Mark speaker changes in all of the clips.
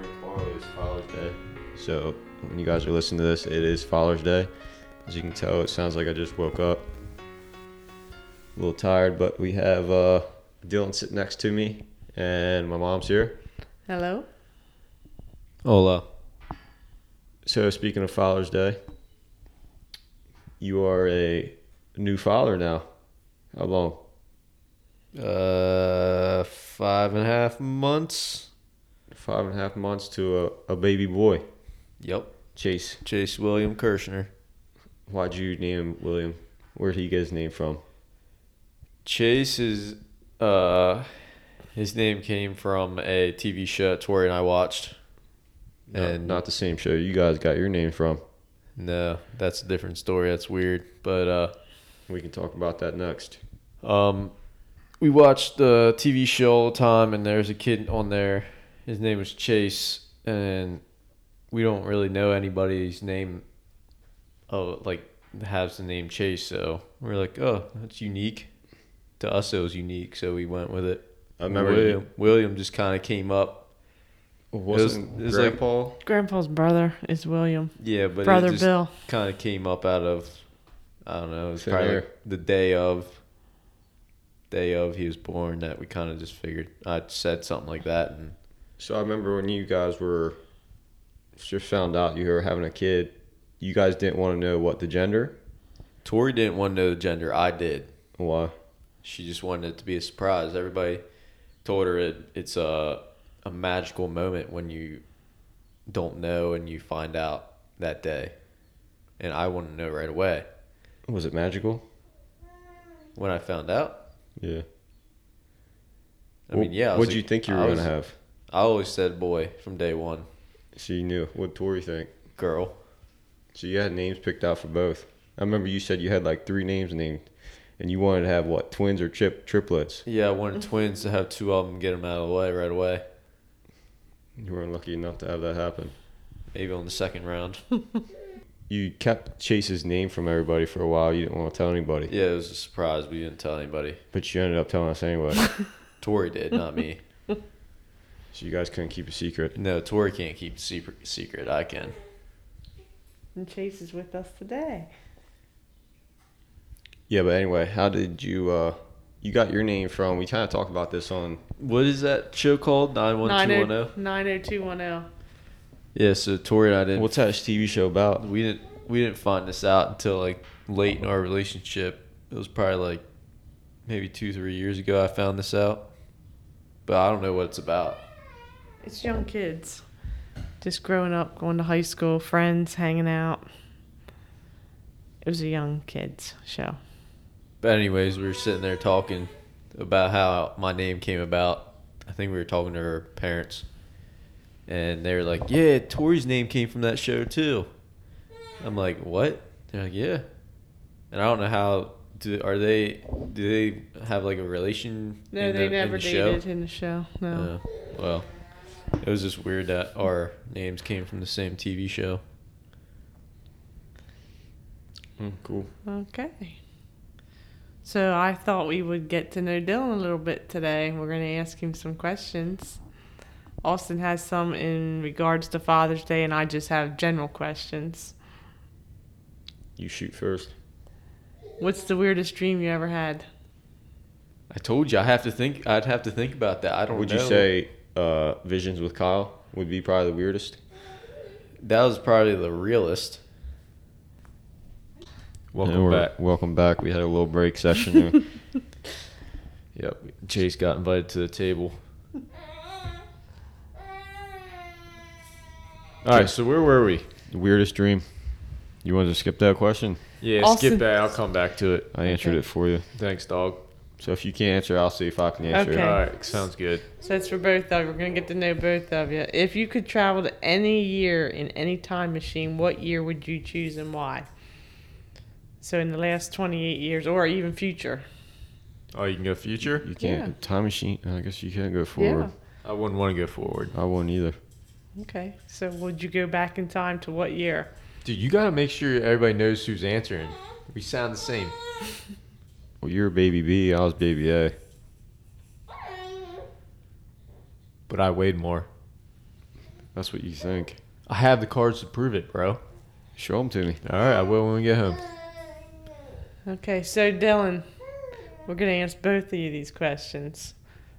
Speaker 1: is Father's Day. So when you guys are listening to this, it is Father's Day. As you can tell, it sounds like I just woke up. A little tired, but we have uh, Dylan sitting next to me, and my mom's here.
Speaker 2: Hello.
Speaker 3: Hola.
Speaker 1: So speaking of Father's Day, you are a new father now. How long?
Speaker 3: Uh, five and a half months.
Speaker 1: Five and a half months to a, a baby boy,
Speaker 3: Yep.
Speaker 1: Chase.
Speaker 3: Chase William Kirshner.
Speaker 1: Why'd you name him William? Where'd he get his name from?
Speaker 3: Chase is, uh, his name came from a TV show Tori and I watched.
Speaker 1: Not,
Speaker 3: and uh,
Speaker 1: not the same show you guys got your name from.
Speaker 3: no, that's a different story. That's weird. But, uh,
Speaker 1: We can talk about that next.
Speaker 3: Um, we watched the TV show all the time, and there's a kid on there. His name was Chase, and we don't really know anybody's name. Oh, like has the name Chase, so we're like, oh, that's unique. To us, it was unique, so we went with it.
Speaker 1: I remember
Speaker 3: William. William just kind of came up.
Speaker 1: it wasn't
Speaker 3: it was like-
Speaker 1: Grandpa.
Speaker 2: Grandpa's brother is William.
Speaker 3: Yeah, but
Speaker 2: brother
Speaker 3: it just
Speaker 2: Bill.
Speaker 3: kind of came up out of I don't know. It was
Speaker 1: Thin
Speaker 3: probably
Speaker 1: air.
Speaker 3: like the day of day of he was born that we kind of just figured. I said something like that, and
Speaker 1: so I remember when you guys were just found out you were having a kid. You guys didn't want to know what the gender.
Speaker 3: Tori didn't want to know the gender. I did.
Speaker 1: Why?
Speaker 3: She just wanted it to be a surprise. Everybody told her it, it's a a magical moment when you don't know and you find out that day, and I wanted to know right away
Speaker 1: Was it magical?
Speaker 3: when I found out.
Speaker 1: Yeah.
Speaker 3: I mean, yeah. I was
Speaker 1: What did
Speaker 3: like-
Speaker 1: you think you
Speaker 3: I
Speaker 1: were
Speaker 3: was-
Speaker 1: gonna have?
Speaker 3: I always said boy from day one.
Speaker 1: She knew. What Tori think?
Speaker 3: Girl.
Speaker 1: So you had names picked out for both. I remember you said you had like three names named, and you wanted to have what twins or trip triplets.
Speaker 3: Yeah, I wanted twins to have two of them, get them out of the way right away.
Speaker 1: You weren't lucky enough to have that happen.
Speaker 3: Maybe on the second round.
Speaker 1: You kept Chase's name from everybody for a while. You didn't want to tell anybody,
Speaker 3: Yeah, it was a surprise. We didn't tell anybody.
Speaker 1: but you ended up telling us anyway.
Speaker 3: Tori did, not me.
Speaker 1: so you guys couldn't keep a secret.
Speaker 3: No, Tori can't keep a secret. Secret, I can.
Speaker 2: And Chase is with us today.
Speaker 1: Yeah, but anyway, how did you? uh You got your name from? We kind of talked about this on.
Speaker 3: What is that show called? Nine one oh? two one
Speaker 2: oh.
Speaker 3: zero.
Speaker 2: 90210.
Speaker 3: Yeah, so Tori and I didn't.
Speaker 1: What's that TV show about?
Speaker 3: we didn't. We didn't find this out until like late in our relationship. It was probably like maybe two, three years ago. I found this out, but I don't know what it's about.
Speaker 2: It's young kids. Just growing up, going to high school, friends, hanging out. It was a young kids show.
Speaker 3: But anyways, we were sitting there talking about how my name came about. I think we were talking to her parents, and they were like, "Yeah, Tori's name came from that show too." I'm like, "What?" They're like, "Yeah," and I don't know how. Do, are they? Do they have like a relation?
Speaker 2: No,
Speaker 3: in
Speaker 2: they
Speaker 3: the- in
Speaker 2: never
Speaker 3: the show?
Speaker 2: dated in the show. No.
Speaker 3: Uh, well, it was just weird that our names came from the same TV show.
Speaker 1: Mm, cool.
Speaker 2: Okay. So I thought we would get to know Dylan a little bit today. We're going to ask him some questions. Austin has some in regards to Father's Day, and I just have general questions.
Speaker 1: You shoot first.
Speaker 2: What's the weirdest dream you ever had?
Speaker 3: I told you I have to think. I'd have to think about that. I don't.
Speaker 1: Would you
Speaker 3: know.
Speaker 1: say uh, Visions with Kyle would be probably the weirdest?
Speaker 3: that was probably the realest?
Speaker 1: And we're- Welcome back. We had a little break session. there.
Speaker 3: Yep. Chase got invited to the table. All right, so where were we?
Speaker 1: The weirdest dream. You wanted to skip that question?
Speaker 3: Yeah,
Speaker 2: Austin.
Speaker 3: skip that. I'll come back to it.
Speaker 1: I answered
Speaker 2: Okay.
Speaker 1: it for you.
Speaker 3: Thanks, dog.
Speaker 1: So if you can't answer, I'll see if I can answer.
Speaker 2: Okay.
Speaker 3: All right, sounds good.
Speaker 2: So it's for both of you. We're going to get to know both of you. If you could travel to any year in any time machine, what year would you choose and why? So in the last 28 years or even future.
Speaker 3: Oh, you can go future.
Speaker 1: You can't.
Speaker 2: Yeah.
Speaker 1: Time machine. I guess you can't go forward.
Speaker 3: I wouldn't want to go forward,
Speaker 1: I won't either.
Speaker 2: Okay. So would you go back in time to what year?
Speaker 3: dude. You gotta make sure everybody knows who's answering. We sound the same.
Speaker 1: Well, you're baby B. I was baby A.
Speaker 3: But I weighed more.
Speaker 1: That's what you think.
Speaker 3: I have the cards to prove it, bro.
Speaker 1: Show them to me.
Speaker 3: All right, I will when we get home.
Speaker 2: Okay, so Dylan, we're gonna answer both of you these questions,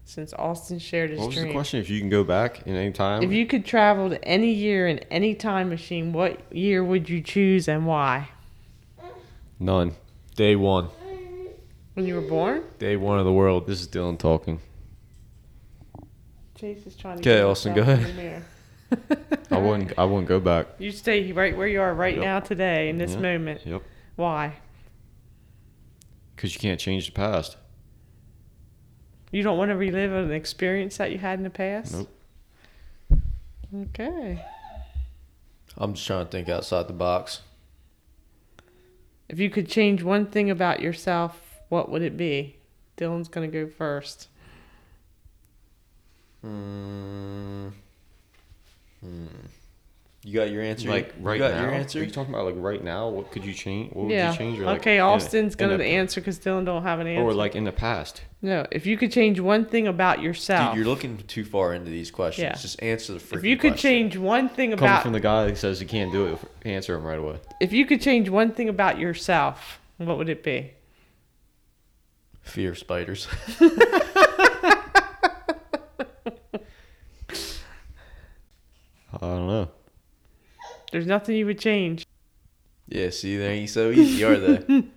Speaker 2: since Austin shared his
Speaker 1: What was the
Speaker 2: dream.
Speaker 1: question? If you can go back in any time,
Speaker 2: If you could travel to any year in any time machine, what year would you choose and why?
Speaker 1: none.
Speaker 3: Day one,
Speaker 2: When you were born?
Speaker 3: day one of the world.
Speaker 1: This is Dylan talking.
Speaker 2: Chase is trying to.
Speaker 1: Okay,
Speaker 2: get
Speaker 1: Austin,
Speaker 2: himself
Speaker 1: go
Speaker 2: in
Speaker 1: ahead.
Speaker 2: the mirror.
Speaker 1: I wouldn't. I wouldn't go back.
Speaker 2: You stay right where you are right
Speaker 1: Yep.
Speaker 2: now today in this
Speaker 1: Yeah.
Speaker 2: moment.
Speaker 1: Yep.
Speaker 2: Why?
Speaker 1: Because you can't change the past.
Speaker 2: You don't want to relive an experience that you had in the past.
Speaker 1: Nope.
Speaker 2: Okay.
Speaker 3: I'm just trying to think outside the box.
Speaker 2: If you could change one thing about yourself, what would it be? Dylan's gonna go first.
Speaker 3: Mm. Hmm. You got your answer. you got your answer.
Speaker 1: Are you talking about like right now? What could you change? What would
Speaker 2: yeah.
Speaker 1: you change? Or, like,
Speaker 2: okay,
Speaker 1: in a-
Speaker 2: Austin's
Speaker 1: in
Speaker 2: gonna
Speaker 1: a-
Speaker 2: answer because Dylan don't have an answer.
Speaker 1: Or like in the past.
Speaker 2: no, if you could change one thing about yourself,
Speaker 3: Dude, you're looking too far into these questions.
Speaker 2: Yeah.
Speaker 3: Just answer the freaking
Speaker 2: if you could
Speaker 3: question.
Speaker 2: change one thing
Speaker 1: Coming
Speaker 2: about
Speaker 1: from the guy that says he can't do it, answer him right away.
Speaker 2: if you could change one thing about yourself, what would it be?
Speaker 3: Fear of spiders.
Speaker 1: I don't know.
Speaker 2: There's nothing you would change.
Speaker 3: yeah, see, they ain't so easy, are they?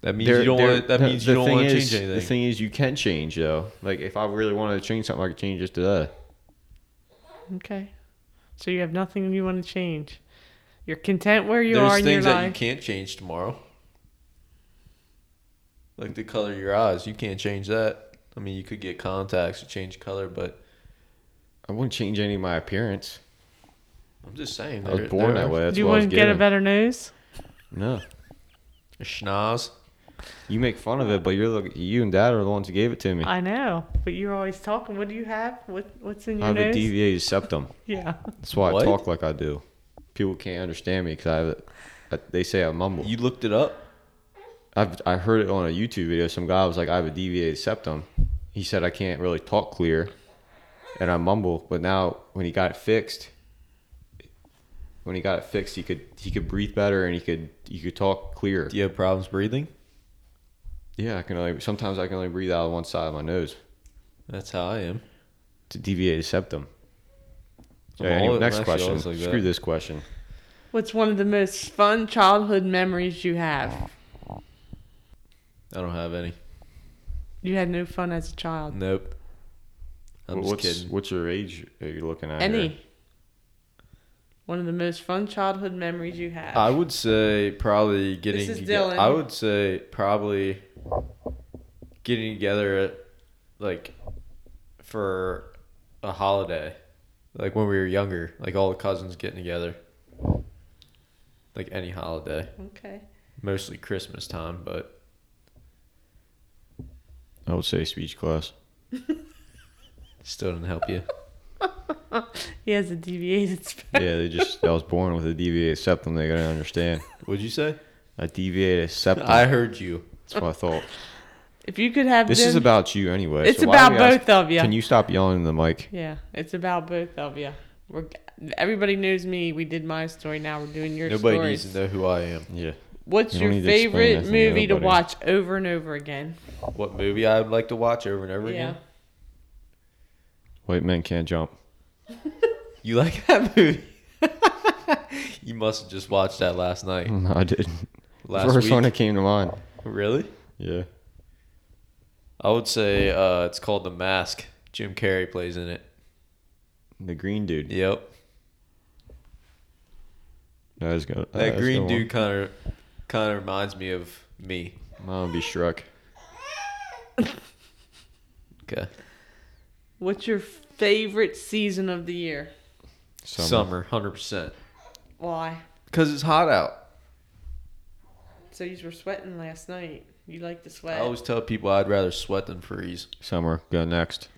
Speaker 3: That means
Speaker 1: There-
Speaker 3: you don't
Speaker 1: there-
Speaker 3: want. That
Speaker 1: no,
Speaker 3: means
Speaker 1: the
Speaker 3: you don't
Speaker 1: thing
Speaker 3: want to
Speaker 1: is-
Speaker 3: change anything.
Speaker 1: The thing is, you can change though. Like if I really wanted to change something, I could change it today.
Speaker 2: Okay. So you have nothing you want to change. You're content where you
Speaker 3: There's
Speaker 2: are in your
Speaker 3: things that you
Speaker 2: life.
Speaker 3: can't change tomorrow. Like the color of your eyes, you can't change that. I mean, you could get contacts to change color, but
Speaker 1: I wouldn't change any of my appearance.
Speaker 3: I'm just saying.
Speaker 1: I was
Speaker 3: there-
Speaker 1: born
Speaker 3: there
Speaker 1: that
Speaker 3: are-
Speaker 1: way. That's
Speaker 2: Do you
Speaker 1: what I was
Speaker 2: want to get a
Speaker 1: given.
Speaker 2: better nose?
Speaker 1: No,
Speaker 3: Schnoz.
Speaker 1: you make fun of it, but you're the, you and Dad are the ones who gave it to me. I,
Speaker 2: I know, but you're always talking. What do you have? What What's in your
Speaker 1: have a
Speaker 2: nose?
Speaker 1: deviated septum.
Speaker 2: yeah.
Speaker 1: That's why
Speaker 3: What?
Speaker 1: I talk like I do. People can't understand me because I have. A, I, they say I mumble.
Speaker 3: You looked it up.
Speaker 1: I've, I heard it on a YouTube video. Some guy was like, I have a deviated septum. He said, I can't really talk clear and I mumble. But now when he got it fixed, when he got it fixed, he could he could breathe better and he could he could talk clear.
Speaker 3: Do you have problems breathing?
Speaker 1: Yeah, I can only sometimes I can only breathe out of one side of my nose.
Speaker 3: That's how I am.
Speaker 1: It's a deviated septum.
Speaker 3: I'm
Speaker 1: Okay, anyway,
Speaker 3: all-
Speaker 1: next
Speaker 3: actually, I
Speaker 1: question.
Speaker 3: was like
Speaker 1: Screw
Speaker 3: that.
Speaker 1: this question.
Speaker 2: What's one of the most fun childhood memories you have?
Speaker 3: I don't have any.
Speaker 2: You had no fun as a child.
Speaker 3: Nope. I'm
Speaker 1: what's
Speaker 3: just kidding.
Speaker 1: what's your age are you looking at?
Speaker 2: Any.
Speaker 1: here?
Speaker 2: One of the most fun childhood memories you have.
Speaker 3: I would say probably getting.
Speaker 2: is
Speaker 3: toge-
Speaker 2: Dylan.
Speaker 3: I would say probably getting together at like for a holiday, like when we were younger, like all the cousins getting together, like any holiday,
Speaker 2: okay.
Speaker 3: mostly Christmas time, but
Speaker 1: I would say speech class.
Speaker 3: still didn't help you.
Speaker 2: He has a deviated spectrum.
Speaker 1: yeah, they just I was born with a deviated septum. They gotta understand.
Speaker 3: What'd you say?
Speaker 1: A deviated septum.
Speaker 3: I heard you.
Speaker 1: That's what I thought.
Speaker 2: If you could have
Speaker 1: This
Speaker 2: them,
Speaker 1: is about you anyway.
Speaker 2: It's
Speaker 1: so why do
Speaker 2: about
Speaker 1: we ask-
Speaker 2: both of you.
Speaker 1: Can you stop yelling in the mic?
Speaker 2: Yeah, it's about both of you. We're everybody knows me. We did my story. Now we're doing your
Speaker 3: Nobody
Speaker 2: story.
Speaker 3: needs to know who I am.
Speaker 1: Yeah.
Speaker 2: What's
Speaker 1: You don't
Speaker 2: your
Speaker 1: need to explain
Speaker 2: favorite
Speaker 1: that to
Speaker 2: movie to
Speaker 1: nobody.
Speaker 2: watch over and over again?
Speaker 3: What movie I would like to watch over and over
Speaker 2: yeah,
Speaker 3: again?
Speaker 1: White men can't jump.
Speaker 3: You like that movie? you must have just watched that last night.
Speaker 1: No, I didn't.
Speaker 3: Last
Speaker 1: First
Speaker 3: week.
Speaker 1: one that came to mind.
Speaker 3: Really?
Speaker 1: Yeah.
Speaker 3: I would say uh, it's called The Mask. Jim Carrey plays in it.
Speaker 1: The green dude.
Speaker 3: Yep.
Speaker 1: That was good.
Speaker 3: That green dude kind of kind of reminds me of me.
Speaker 1: Mom be struck.
Speaker 3: Okay.
Speaker 2: What's your favorite season of the year?
Speaker 3: Summer, hundred percent.
Speaker 2: Why?
Speaker 3: Because it's hot out.
Speaker 2: So you were sweating last night. You like to
Speaker 3: I
Speaker 2: sweat.
Speaker 1: Oh.
Speaker 3: always tell people I'd rather sweat than freeze.
Speaker 1: Summer. Go next.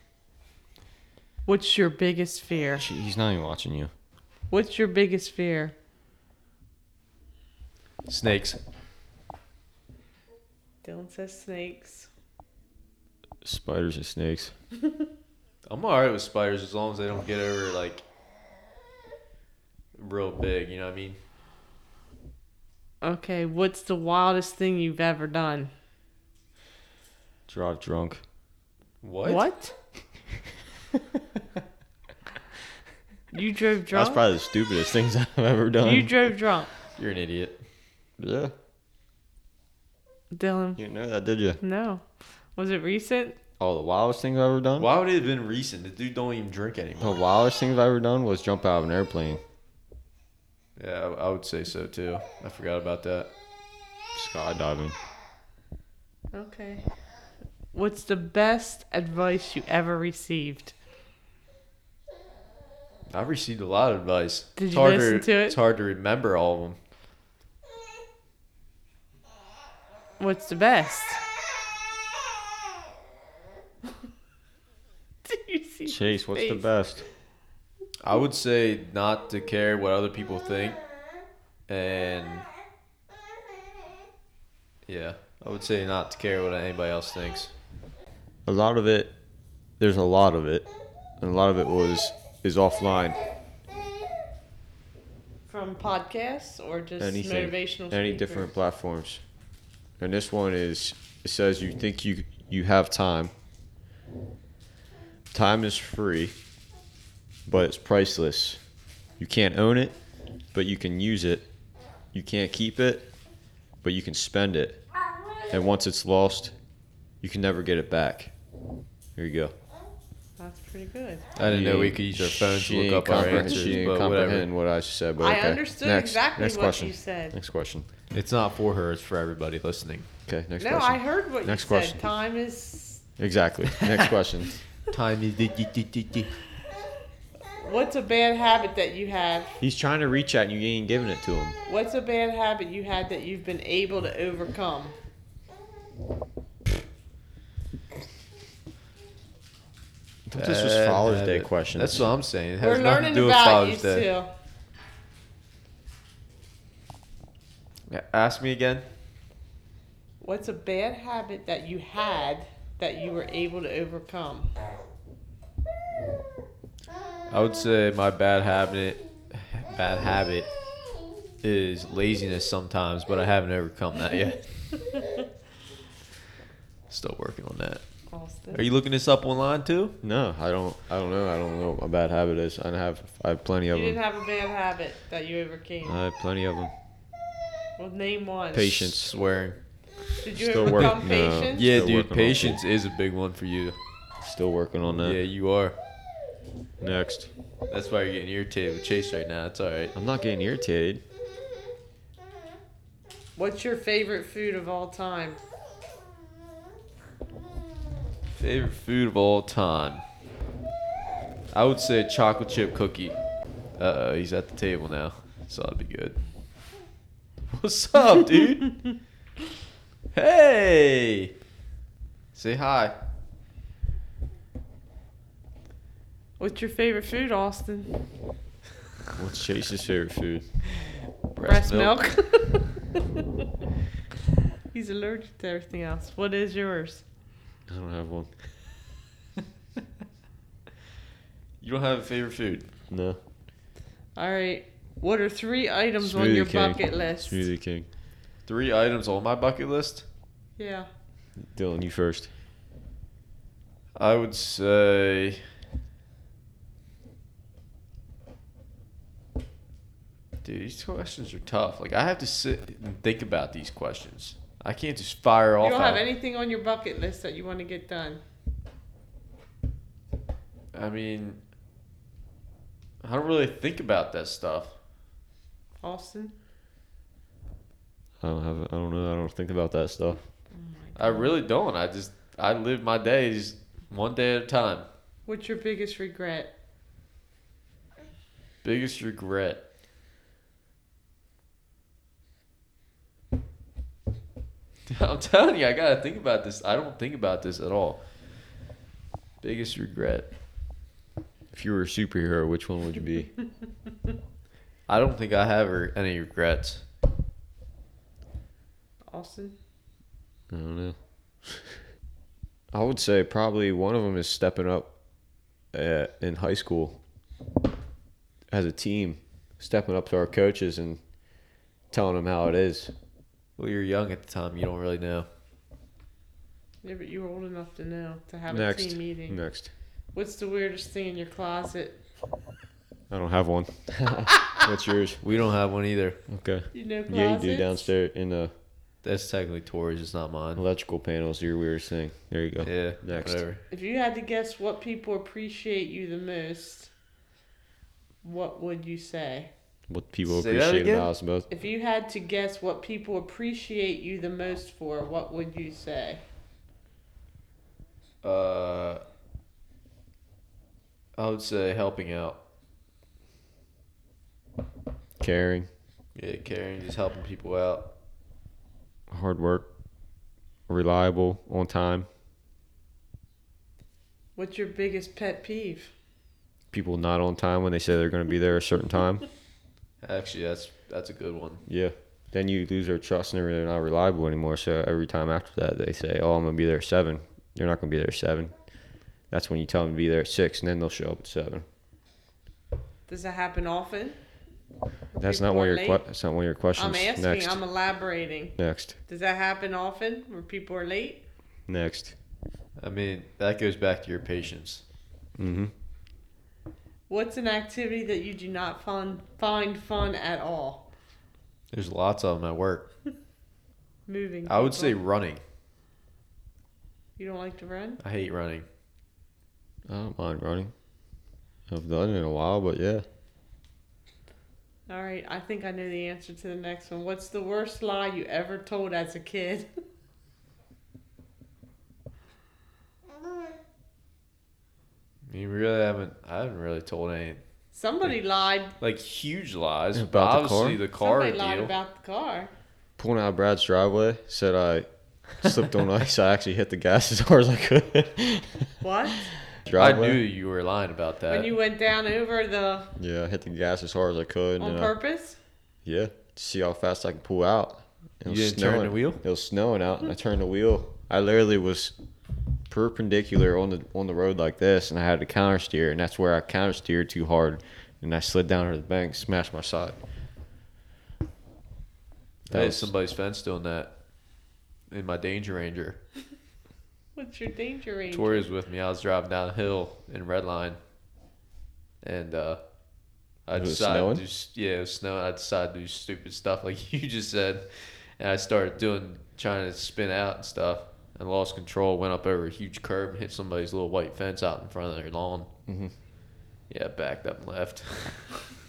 Speaker 2: What's your biggest fear?
Speaker 1: She, he's not even watching you.
Speaker 2: What's your biggest fear?
Speaker 3: Snakes.
Speaker 2: Dylan says snakes.
Speaker 1: Spiders and snakes.
Speaker 3: I'm all right with spiders as long as they don't get over like real big. You know what I mean?
Speaker 2: Okay, what's the wildest thing you've ever done?
Speaker 1: Drive drunk.
Speaker 3: What?
Speaker 2: you drove drunk.
Speaker 1: That's probably the stupidest things I've ever done.
Speaker 2: you drove drunk,
Speaker 3: You're an idiot.
Speaker 1: yeah.
Speaker 2: Dylan.
Speaker 1: You didn't know that, did you?
Speaker 2: No, was it recent?
Speaker 1: All the wildest things I've ever done.
Speaker 3: Why would it have been recent? The dude don't even drink anymore.
Speaker 1: The wildest things I've ever done was jump out of an airplane.
Speaker 3: Yeah, I I would say so too. I forgot about that.
Speaker 1: Skydiving.
Speaker 2: Okay. What's the best advice you ever received?
Speaker 3: I've received a lot of advice.
Speaker 2: Did
Speaker 3: It's
Speaker 2: you
Speaker 3: hard
Speaker 2: listen to it?
Speaker 3: It's hard to remember all of them.
Speaker 2: What's the best? Do you see his
Speaker 1: Chase, what's the
Speaker 2: face?
Speaker 1: best?
Speaker 3: I would say not to care what other people think, and yeah, I would say not to care what anybody else thinks.
Speaker 1: A lot of it. There's a lot of it, and a lot of it was is offline.
Speaker 2: From podcasts or just
Speaker 1: Anything.
Speaker 2: motivational?
Speaker 1: Any
Speaker 2: speakers?
Speaker 1: different platforms. And this one is. It says you think you you have time. Time is free, but it's priceless. You can't own it, but you can use it. You can't keep it, but you can spend it. And once it's lost, you can never get it back. Here you go.
Speaker 2: That's pretty good.
Speaker 3: I didn't know we could use our phones to look up our answers, but whatever.
Speaker 1: what I said, but
Speaker 2: I
Speaker 1: okay.
Speaker 2: understood
Speaker 1: Next-
Speaker 2: exactly
Speaker 1: next
Speaker 2: what
Speaker 1: question.
Speaker 2: you said.
Speaker 1: Next question.
Speaker 3: It's not for her; it's for everybody listening.
Speaker 1: Okay, next
Speaker 2: no,
Speaker 1: question.
Speaker 2: I heard what
Speaker 1: Next
Speaker 2: you
Speaker 1: question.
Speaker 2: said. Time is.
Speaker 1: Exactly. Next question.
Speaker 3: Time is
Speaker 2: What's a bad habit that you have?
Speaker 1: He's trying to reach out and you ain't giving it to him.
Speaker 2: What's a bad habit you had that you've been able to overcome?
Speaker 1: This was Father's Day question.
Speaker 3: That's what I'm saying. It has nothing
Speaker 2: We're
Speaker 3: to
Speaker 2: learning
Speaker 3: do with
Speaker 2: about you
Speaker 3: Father's Day.
Speaker 2: still.
Speaker 3: Yeah, Ask me again.
Speaker 2: What's a bad habit that you had that you were able to overcome?
Speaker 3: I would say my bad habit, bad habit, is laziness sometimes, but I haven't overcome that yet. Still working on that.
Speaker 2: Austin.
Speaker 3: Are you looking this up online too?
Speaker 1: no, I don't. I don't know. I don't know what my bad habit is. I have. I have plenty
Speaker 2: You
Speaker 1: of
Speaker 2: didn't
Speaker 1: them.
Speaker 2: have a bad habit that you overcame.
Speaker 3: Uh,
Speaker 1: I have plenty of them.
Speaker 2: well, name one.
Speaker 1: Patience.
Speaker 3: Swearing.
Speaker 2: Did you
Speaker 1: Still
Speaker 2: overcome
Speaker 1: working, no.
Speaker 2: patience?
Speaker 3: Yeah,
Speaker 1: Still
Speaker 3: dude.
Speaker 1: working on it.
Speaker 3: Patience is a big one for you.
Speaker 1: Still working on that.
Speaker 3: Yeah, you are.
Speaker 1: Next.
Speaker 3: That's why you're getting irritated with Chase right now. It's all right.
Speaker 1: I'm not getting irritated.
Speaker 2: What's your favorite food of all time?
Speaker 3: Favorite food of all time. I would say chocolate chip cookie. Uh oh, he's at the table now, so that'd be good. What's up, dude? hey! Say hi.
Speaker 2: What's your favorite food, Austin?
Speaker 1: What's Chase's favorite food?
Speaker 2: Breast milk. He's allergic to everything else. What is yours?
Speaker 1: I don't have one.
Speaker 3: You don't have a favorite food.
Speaker 1: No.
Speaker 2: All right. What are three items on
Speaker 1: Smoothie
Speaker 2: your
Speaker 1: King.
Speaker 2: bucket list?
Speaker 1: Smoothie King.
Speaker 3: Three items on my bucket list.
Speaker 2: Yeah.
Speaker 1: Dylan, you first.
Speaker 3: I would say. Dude, these questions are tough. Like I have to sit and think about these questions. I can't just fire off.
Speaker 2: You don't have
Speaker 3: out-
Speaker 2: anything on your bucket list that you want to get done.
Speaker 3: I mean, I don't really think about that stuff.
Speaker 2: Austin?
Speaker 1: I don't have. I don't know. I don't think about that stuff.
Speaker 3: I really don't. I just I live my days one day at a time.
Speaker 2: What's your biggest regret?
Speaker 3: Biggest regret. I'm telling you, I gotta think about this. I don't think about this at all. Biggest regret.
Speaker 1: If you were a superhero, which one would you be?
Speaker 3: I don't think I have re- any regrets.
Speaker 2: Austin?
Speaker 1: I don't know. I would say probably one of them is stepping up uh, in high school as a team, stepping up to our coaches and telling them how it is.
Speaker 3: Well, you're young at the time. You don't really know.
Speaker 2: Yeah, but you were old enough to know to have a
Speaker 1: next,
Speaker 2: team meeting.
Speaker 1: next.
Speaker 2: What's the weirdest thing in your closet?
Speaker 1: I don't have one. What's yours?
Speaker 3: We don't have one either.
Speaker 1: Okay.
Speaker 2: You know, closets?
Speaker 1: Yeah, you do downstairs in the
Speaker 3: That's technically Tori's. It's not mine.
Speaker 1: electrical panels. Your weirdest thing. There you go.
Speaker 3: Yeah.
Speaker 1: Next.
Speaker 3: Whatever.
Speaker 2: If you had to guess what people appreciate you the most, what would you say?
Speaker 1: What people
Speaker 3: Say that
Speaker 1: appreciate
Speaker 3: again?
Speaker 1: about us both.
Speaker 2: If you had to guess what people appreciate you the most for, what would you say?
Speaker 3: Uh, I would say helping out.
Speaker 1: Caring,
Speaker 3: Yeah, caring, just helping people out.
Speaker 1: hard work, reliable, on time.
Speaker 2: What's your biggest pet peeve?
Speaker 1: People not on time when they say they're going to be there a certain time.
Speaker 3: Actually, that's that's a good one.
Speaker 1: Yeah. Then you lose their trust and they're not reliable anymore. So every time after that, they say, "Oh, I'm gonna be there at 7. You're not gonna be there at seven. That's when you tell them to be there at six, and then they'll show up at seven.
Speaker 2: Does that happen often?
Speaker 1: That's
Speaker 2: People
Speaker 1: not one of
Speaker 2: are
Speaker 1: your que-
Speaker 2: late?
Speaker 1: that's not one of your questions.
Speaker 2: I'm asking,
Speaker 1: Next,
Speaker 2: I'm elaborating.
Speaker 1: next,
Speaker 2: Does that happen often where people are late?
Speaker 1: next.
Speaker 3: I mean, that goes back to your patience.
Speaker 1: Mm-hmm.
Speaker 2: What's an activity that you do not fun, find fun at all?
Speaker 3: There's lots of them at work.
Speaker 2: Moving.
Speaker 3: I would
Speaker 2: people.
Speaker 3: say running.
Speaker 2: You don't like to run?
Speaker 3: I hate running.
Speaker 1: I don't mind running. I've done it in a while, but yeah,
Speaker 2: All right, I think I know the answer to the next one. What's the worst lie you ever told as a kid?
Speaker 3: I mean, we really haven't. I haven't really told any
Speaker 2: Somebody lied.
Speaker 3: like huge lies.
Speaker 1: About
Speaker 3: but
Speaker 1: the car?
Speaker 3: obviously the car
Speaker 2: Somebody lied
Speaker 3: deal.
Speaker 2: about the car.
Speaker 1: pulling out of Brad's driveway, said I slipped on ice. I actually hit the gas as hard as I could.
Speaker 2: What?
Speaker 3: I
Speaker 1: driveway.
Speaker 3: knew you were lying about that.
Speaker 2: when you went down over the
Speaker 1: Yeah, I hit the gas as hard as I could.
Speaker 2: on
Speaker 1: and, uh,
Speaker 2: purpose?
Speaker 1: Yeah, to see how fast I can pull out. It
Speaker 3: You
Speaker 1: was
Speaker 3: didn't turn the wheel?
Speaker 1: It was snowing out, and I turned the wheel. I literally was perpendicular on the on the road like this, and I had to counter steer, and that's where I counter steered too hard, and I slid down to the bank, smashed my side.
Speaker 3: I
Speaker 1: That
Speaker 3: hit
Speaker 1: was-
Speaker 3: somebody's fence doing that. In my Danger Ranger.
Speaker 2: What's your danger range?
Speaker 3: Tori was with me. I was driving down a hill in Red Line, and uh, I
Speaker 1: It was
Speaker 3: decided
Speaker 1: snowing?
Speaker 3: to s- yeah, it was snowing. I decided to do stupid stuff like you just said, and I started doing trying to spin out and stuff, and lost control. Went up over a huge curb, hit somebody's little white fence out in front of their lawn.
Speaker 1: Mhm.
Speaker 3: Yeah, backed up and left.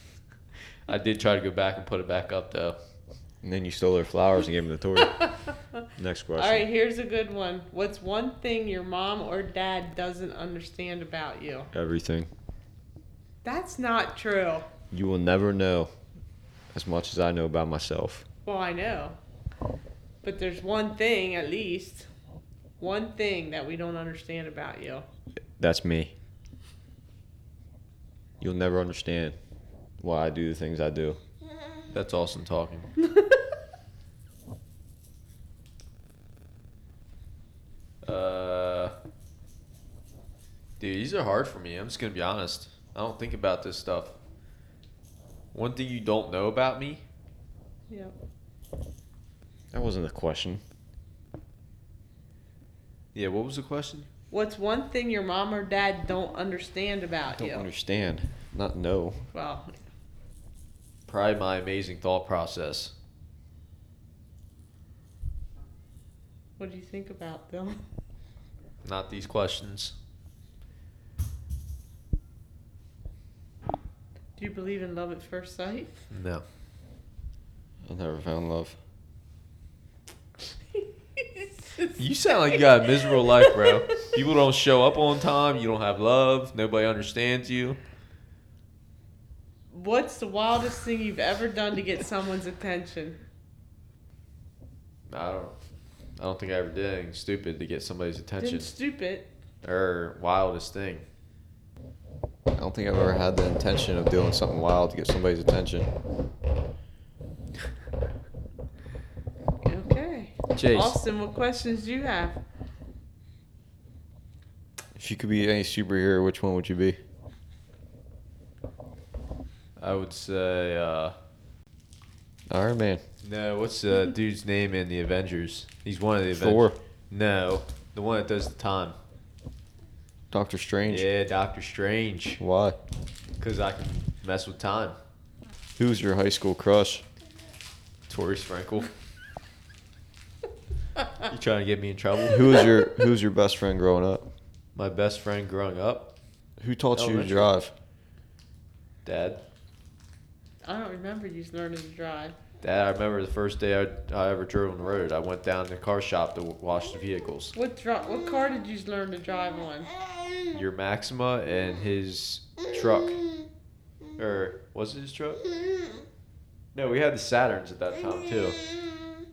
Speaker 3: I did try to go back and put it back up though.
Speaker 1: And then you stole their flowers and gave them to Tori. Next
Speaker 2: All
Speaker 1: question.
Speaker 2: right, here's a good one. What's one thing your mom or dad doesn't understand about you?
Speaker 1: Everything.
Speaker 2: That's not true.
Speaker 1: You will never know as much as I know about myself.
Speaker 2: Well, I know. But there's one thing, at least, one thing that we don't understand about you.
Speaker 1: That's me. You'll never understand why I do the things I do.
Speaker 3: That's awesome talking. Uh, dude, these are hard for me. I'm just gonna be honest. I don't think about this stuff. One thing you don't know about me,
Speaker 2: Yep.
Speaker 1: That wasn't the question.
Speaker 3: yeah. What was the question?
Speaker 2: What's one thing your mom or dad don't understand about
Speaker 1: don't
Speaker 2: you?
Speaker 1: understand. Not know.
Speaker 2: well,
Speaker 3: Probably my amazing thought process.
Speaker 2: what do you think about them?
Speaker 3: Not these questions.
Speaker 2: Do you believe in love at first sight?
Speaker 3: No.
Speaker 1: I never found love.
Speaker 3: You sound like you got a miserable life, bro. People don't show up on time. You don't have love. Nobody understands you.
Speaker 2: What's the wildest thing you've ever done to get someone's attention?
Speaker 3: I don't. I don't think I ever did anything stupid to get somebody's attention
Speaker 2: Didn't stupid.
Speaker 3: or wildest thing.
Speaker 1: I don't think I've ever had the intention of doing something wild to get somebody's attention.
Speaker 2: Okay.
Speaker 1: Chase,
Speaker 2: Austin, what questions do you have?
Speaker 1: If you could be any superhero, which one would you be?
Speaker 3: I would say, uh,
Speaker 1: Iron Man.
Speaker 3: no, what's the dude's name in the Avengers? He's one of the Avengers.
Speaker 1: Thor.
Speaker 3: No, the one that does the time.
Speaker 1: Doctor Strange.
Speaker 3: Yeah, Doctor Strange.
Speaker 1: Why?
Speaker 3: Because I can mess with time.
Speaker 1: Who was your high school crush?
Speaker 3: Tori Sprinkle. you trying to get me in trouble?
Speaker 1: Who was your Who was your best friend growing up?
Speaker 3: My best friend growing up,
Speaker 1: Who taught you to
Speaker 3: Elementary.
Speaker 1: drive?
Speaker 3: Dad.
Speaker 2: I don't remember you learning to drive.
Speaker 3: Dad, I remember the first day I, I ever drove on the road. I went down to the car shop to w- wash the vehicles.
Speaker 2: What dri- What car did you learn to drive on?
Speaker 3: Your Maxima and his truck, or was it his truck? No, we had the Saturns at that time too.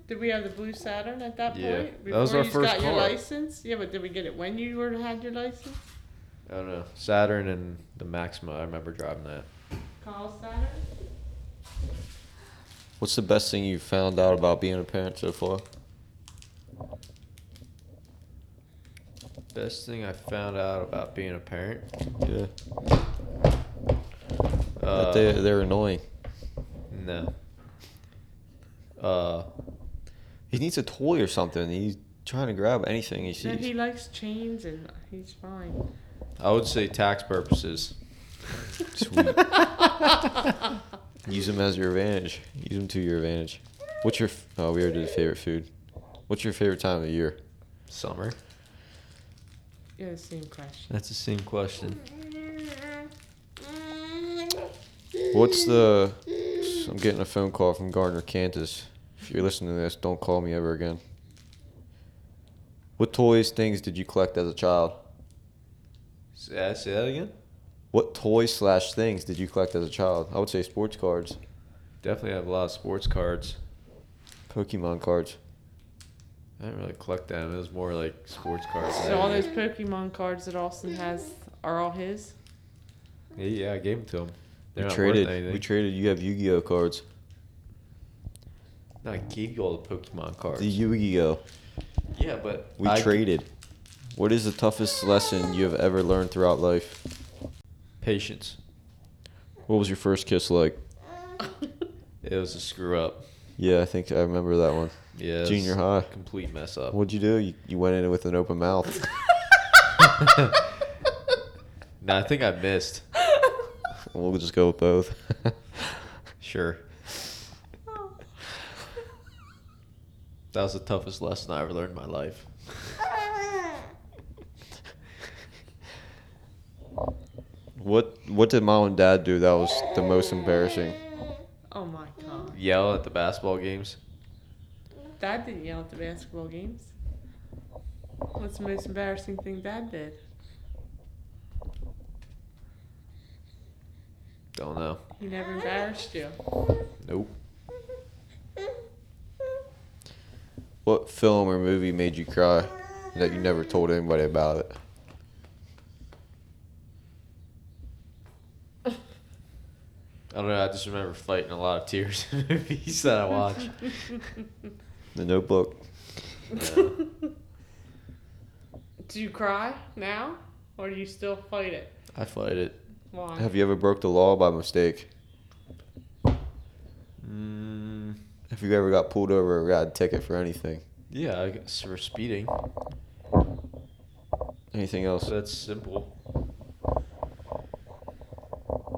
Speaker 2: Did we have the blue Saturn at that
Speaker 3: Yeah.
Speaker 2: point?
Speaker 3: That was our
Speaker 2: you
Speaker 3: first
Speaker 2: got your
Speaker 3: car.
Speaker 2: license? Yeah, but did we get it when you were had your license?
Speaker 3: I don't know Saturn and the Maxima. I remember driving that.
Speaker 2: Carl Saturn?
Speaker 1: What's the best thing you found out about being a parent so far?
Speaker 3: Best thing I found out about being a parent.
Speaker 1: Yeah.
Speaker 3: Uh,
Speaker 1: that they they're annoying.
Speaker 3: no. Uh,
Speaker 1: He needs a toy or something. He's trying to grab anything he
Speaker 2: No,
Speaker 1: sees.
Speaker 2: he likes chains and he's fine.
Speaker 3: I would say tax purposes.
Speaker 1: Sweet. Use them as your advantage. Use them to your advantage. What's your? f- Oh, we already did favorite food. What's your favorite time of the year?
Speaker 3: Summer.
Speaker 2: Yeah, same question.
Speaker 3: That's the same question.
Speaker 1: What's the? I'm getting a phone call from Gardner Cantus. If you're listening to this, don't call me ever again. What toys, things did you collect as a child?
Speaker 3: Say that, say that again.
Speaker 1: What toys slash things did you collect as a child? I would say sports cards,
Speaker 3: Definitely have a lot of sports cards.
Speaker 1: Pokemon cards.
Speaker 3: I didn't really collect them. It was more like sports cards.
Speaker 2: So all those Pokemon cards that Austin has are all his?
Speaker 3: yeah, yeah, I gave them to them. They're
Speaker 1: we
Speaker 3: not worth
Speaker 1: traded.
Speaker 3: anything.
Speaker 1: We traded. You have Yu-Gi-Oh cards.
Speaker 3: I gave you all the Pokemon cards.
Speaker 1: The Yu-Gi-Oh.
Speaker 3: yeah, but
Speaker 1: We
Speaker 3: I
Speaker 1: traded. What is the toughest lesson you have ever learned throughout life?
Speaker 3: patience.
Speaker 1: What was your first kiss like?
Speaker 3: It was a screw up.
Speaker 1: Yeah, I think I remember that one.
Speaker 3: Yeah, it was
Speaker 1: Junior high.
Speaker 3: a complete mess up.
Speaker 1: What'd you do? You, you went in with an open mouth.
Speaker 3: No, I think I missed.
Speaker 1: we'll just go with both.
Speaker 3: Sure, that was the toughest lesson I ever learned in my life.
Speaker 1: what What did mom and dad do that was the most embarrassing?
Speaker 2: Oh my god.
Speaker 3: Yell at the basketball games.
Speaker 2: Dad didn't yell at the basketball games. What's the most embarrassing thing Dad did?
Speaker 3: Don't know.
Speaker 2: He never embarrassed you.
Speaker 3: Nope.
Speaker 1: What film or movie made you cry that you never told anybody about it?
Speaker 3: I don't know. I just remember fighting a lot of tears in movies that I watched.
Speaker 1: The Notebook.
Speaker 3: Yeah.
Speaker 2: Do you cry now? Or do you still fight it?
Speaker 3: I fight it.
Speaker 2: Why?
Speaker 1: Have you ever broke the law by mistake?
Speaker 3: Mm,
Speaker 1: Have you ever got pulled over or got a ticket for anything?
Speaker 3: yeah, I guess for speeding.
Speaker 1: Anything else?
Speaker 3: So that's simple.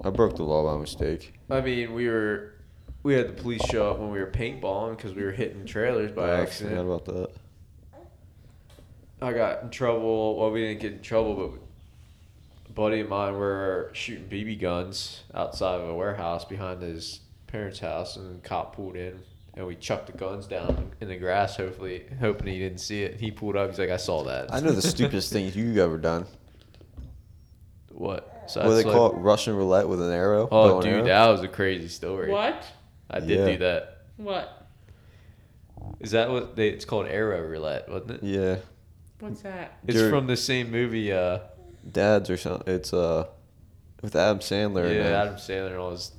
Speaker 1: I broke the law by mistake.
Speaker 3: I mean, we were, we had the police show up when we were paintballing because we were hitting trailers by
Speaker 1: Yeah, I
Speaker 3: accident.
Speaker 1: forgot about that.
Speaker 3: I got in trouble. Well, we didn't get in trouble, but a buddy of mine were shooting BB guns outside of a warehouse behind his parents' house, and the cop pulled in, and we chucked the guns down in the grass. Hopefully, hoping he didn't see it. He pulled up. He's like, "I saw that."
Speaker 1: I know the stupidest thing you've ever done.
Speaker 3: What? So
Speaker 1: What do
Speaker 3: that's
Speaker 1: they call it?
Speaker 3: like-
Speaker 1: Russian roulette with an arrow? bow
Speaker 3: Oh,
Speaker 1: and
Speaker 3: dude,
Speaker 1: arrow?
Speaker 3: that was a crazy story.
Speaker 2: What?
Speaker 3: I did
Speaker 1: Yeah.
Speaker 3: do that.
Speaker 2: What?
Speaker 3: Is that what they? It's called arrow roulette, wasn't it?
Speaker 1: Yeah,
Speaker 2: What's that?
Speaker 3: It's
Speaker 1: Dude.
Speaker 3: from the same movie. Uh,
Speaker 1: dads or something. It's uh, with Adam Sandler. in
Speaker 3: yeah,
Speaker 1: it.
Speaker 3: Adam Sandler and all his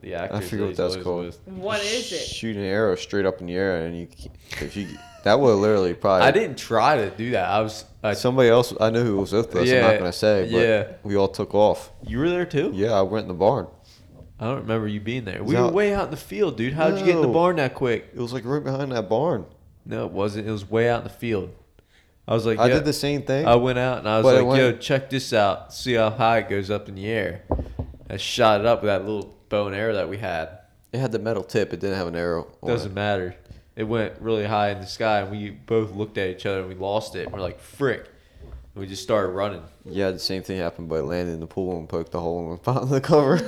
Speaker 3: the actors.
Speaker 1: forget what
Speaker 3: he's
Speaker 1: that's
Speaker 3: always
Speaker 1: called.
Speaker 3: with.
Speaker 2: What is it?
Speaker 1: Shoot an arrow straight up in the air, and you, c- if you, That would literally probably.
Speaker 3: I didn't try to do that. I was. uh, I,
Speaker 1: Somebody else I knew who was with us. I'm
Speaker 3: Yeah,
Speaker 1: not gonna say, but
Speaker 3: yeah.
Speaker 1: we all took off.
Speaker 3: you were there too.
Speaker 1: Yeah, I went in the barn.
Speaker 3: I don't remember you being there.
Speaker 1: Was
Speaker 3: We were
Speaker 1: out-
Speaker 3: way out in the field, dude. How would you get in the
Speaker 1: No.
Speaker 3: barn that quick?
Speaker 1: It was like right behind that barn.
Speaker 3: No, it wasn't. It was way out in the field. I was like,
Speaker 1: I
Speaker 3: yeah.
Speaker 1: did the same thing.
Speaker 3: I went out and I was
Speaker 1: But it
Speaker 3: like, yo,
Speaker 1: went-
Speaker 3: check this out. See how high it goes up in the air. I shot it up with that little bow and arrow that we had.
Speaker 1: it had the metal tip. It didn't have an arrow. on
Speaker 3: Doesn't matter. It went really high in the sky, and we both looked at each other and we lost it. We're like, frick. And we just started running.
Speaker 1: it. Yeah, the same thing happened, but it landed in the pool and poked a hole in the bottom of the cover.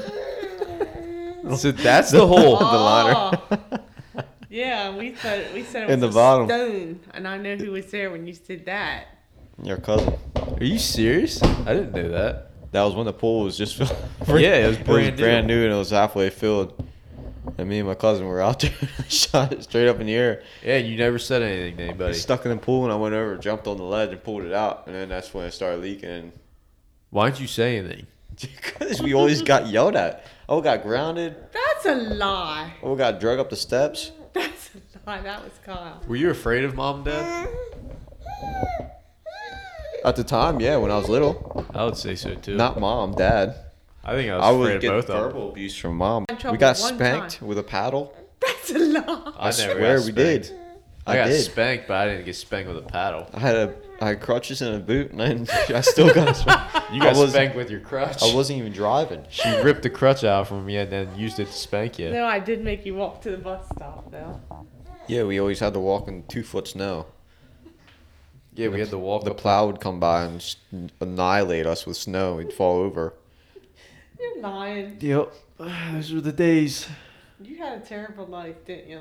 Speaker 3: So that's the hole.
Speaker 1: the liner.
Speaker 2: Oh. yeah, we thought we said it was
Speaker 1: In the
Speaker 2: a
Speaker 1: bottom.
Speaker 2: stone, and I know who was there when you said that.
Speaker 1: Your cousin.
Speaker 3: Are you serious? I didn't know that.
Speaker 1: That was when the pool was just. yeah,
Speaker 3: it was brand new.
Speaker 1: brand new and it was halfway filled. And me and my cousin were out there, shot it straight up in the air.
Speaker 3: Yeah, you never said anything to
Speaker 1: It
Speaker 3: anybody.
Speaker 1: stuck in the pool, and I went over, jumped on the ledge, and pulled it out. And then that's when it started leaking.
Speaker 3: Why didn't you say anything?
Speaker 1: Because we always got yelled at. Oh, got grounded.
Speaker 2: That's a lie.
Speaker 1: Oh, got drug up the steps.
Speaker 2: That's a lie. That was Kyle.
Speaker 3: Were you afraid of mom and dad?
Speaker 1: At the time, yeah, when I was little.
Speaker 3: I would say so too.
Speaker 1: Not mom, dad.
Speaker 3: I think I was
Speaker 1: I
Speaker 3: afraid
Speaker 1: would
Speaker 3: of
Speaker 1: get
Speaker 3: both of them.
Speaker 1: verbal abuse from mom.
Speaker 2: In trouble
Speaker 1: We got
Speaker 2: one
Speaker 1: spanked
Speaker 2: time.
Speaker 1: with a paddle.
Speaker 2: That's a lie.
Speaker 1: I,
Speaker 3: never
Speaker 1: swear
Speaker 3: got
Speaker 1: we
Speaker 3: spanked.
Speaker 1: did.
Speaker 3: I,
Speaker 1: I,
Speaker 3: got
Speaker 1: did.
Speaker 3: spanked, but I didn't get spanked with a paddle.
Speaker 1: I had a I had crutches and a boot, and I, didn't- I still got spanked.
Speaker 3: You got
Speaker 1: I wasn't-
Speaker 3: spanked with your crutch.
Speaker 1: I wasn't even driving.
Speaker 3: She ripped the crutch out from you and then used it to spank you.
Speaker 2: No, I did make you walk to the bus stop though.
Speaker 1: Yeah, we always had to walk in two foot snow.
Speaker 3: Yeah, we had to walk
Speaker 1: The
Speaker 3: the.
Speaker 1: plow would come by and s annihilate us with snow. We'd fall over.
Speaker 2: You're lying.
Speaker 3: Yep, those were the days.
Speaker 2: You had a terrible life, didn't you?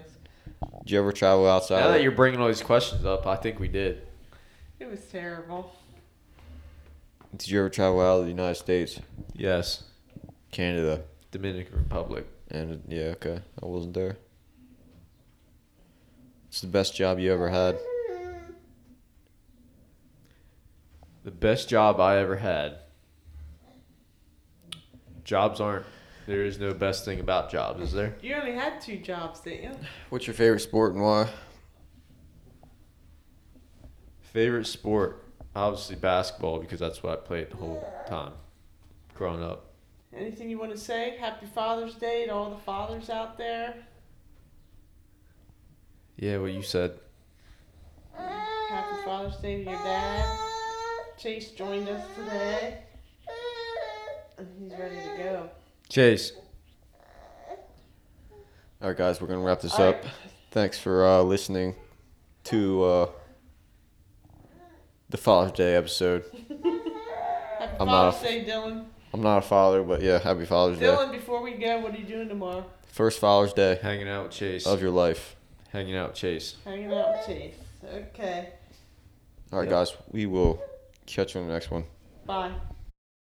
Speaker 1: Did you ever travel outside?
Speaker 3: Now that you're bringing all these questions up, I think we did.
Speaker 2: It was terrible.
Speaker 1: Did you ever travel out of the United States,
Speaker 3: Yes,
Speaker 1: Canada,
Speaker 3: Dominican Republic.
Speaker 1: and yeah, okay, I wasn't there. It's the best job you ever had.
Speaker 3: The best job I ever had. Jobs aren't. There is no best thing about jobs, is there?
Speaker 2: You only had two jobs, didn't you?
Speaker 1: What's your favorite sport and why?
Speaker 3: Favorite sport? Obviously basketball because that's what I played the whole time, growing up.
Speaker 2: Anything you want to say? Happy Father's Day to all the fathers out there.
Speaker 3: Yeah, what you said.
Speaker 2: Happy Father's Day to your dad. Chase joined us today. And he's ready to go.
Speaker 3: Chase,
Speaker 1: All right, guys, we're gonna wrap this
Speaker 2: All
Speaker 1: up.
Speaker 2: right.
Speaker 1: Thanks for uh, listening to uh, the Father's Day episode.
Speaker 2: Happy
Speaker 1: I'm not a-
Speaker 2: Father's Day, Dylan.
Speaker 1: I'm not a father, but yeah, happy Father's Day.
Speaker 2: Dylan, before we go, what are you doing tomorrow?
Speaker 1: First Father's Day
Speaker 3: hanging out with Chase.
Speaker 1: of your life.
Speaker 3: Hanging out with Chase.
Speaker 2: Hanging out with Chase. Okay.
Speaker 1: All right,
Speaker 3: Yep.
Speaker 1: guys, we will catch you on the next one.
Speaker 2: Bye.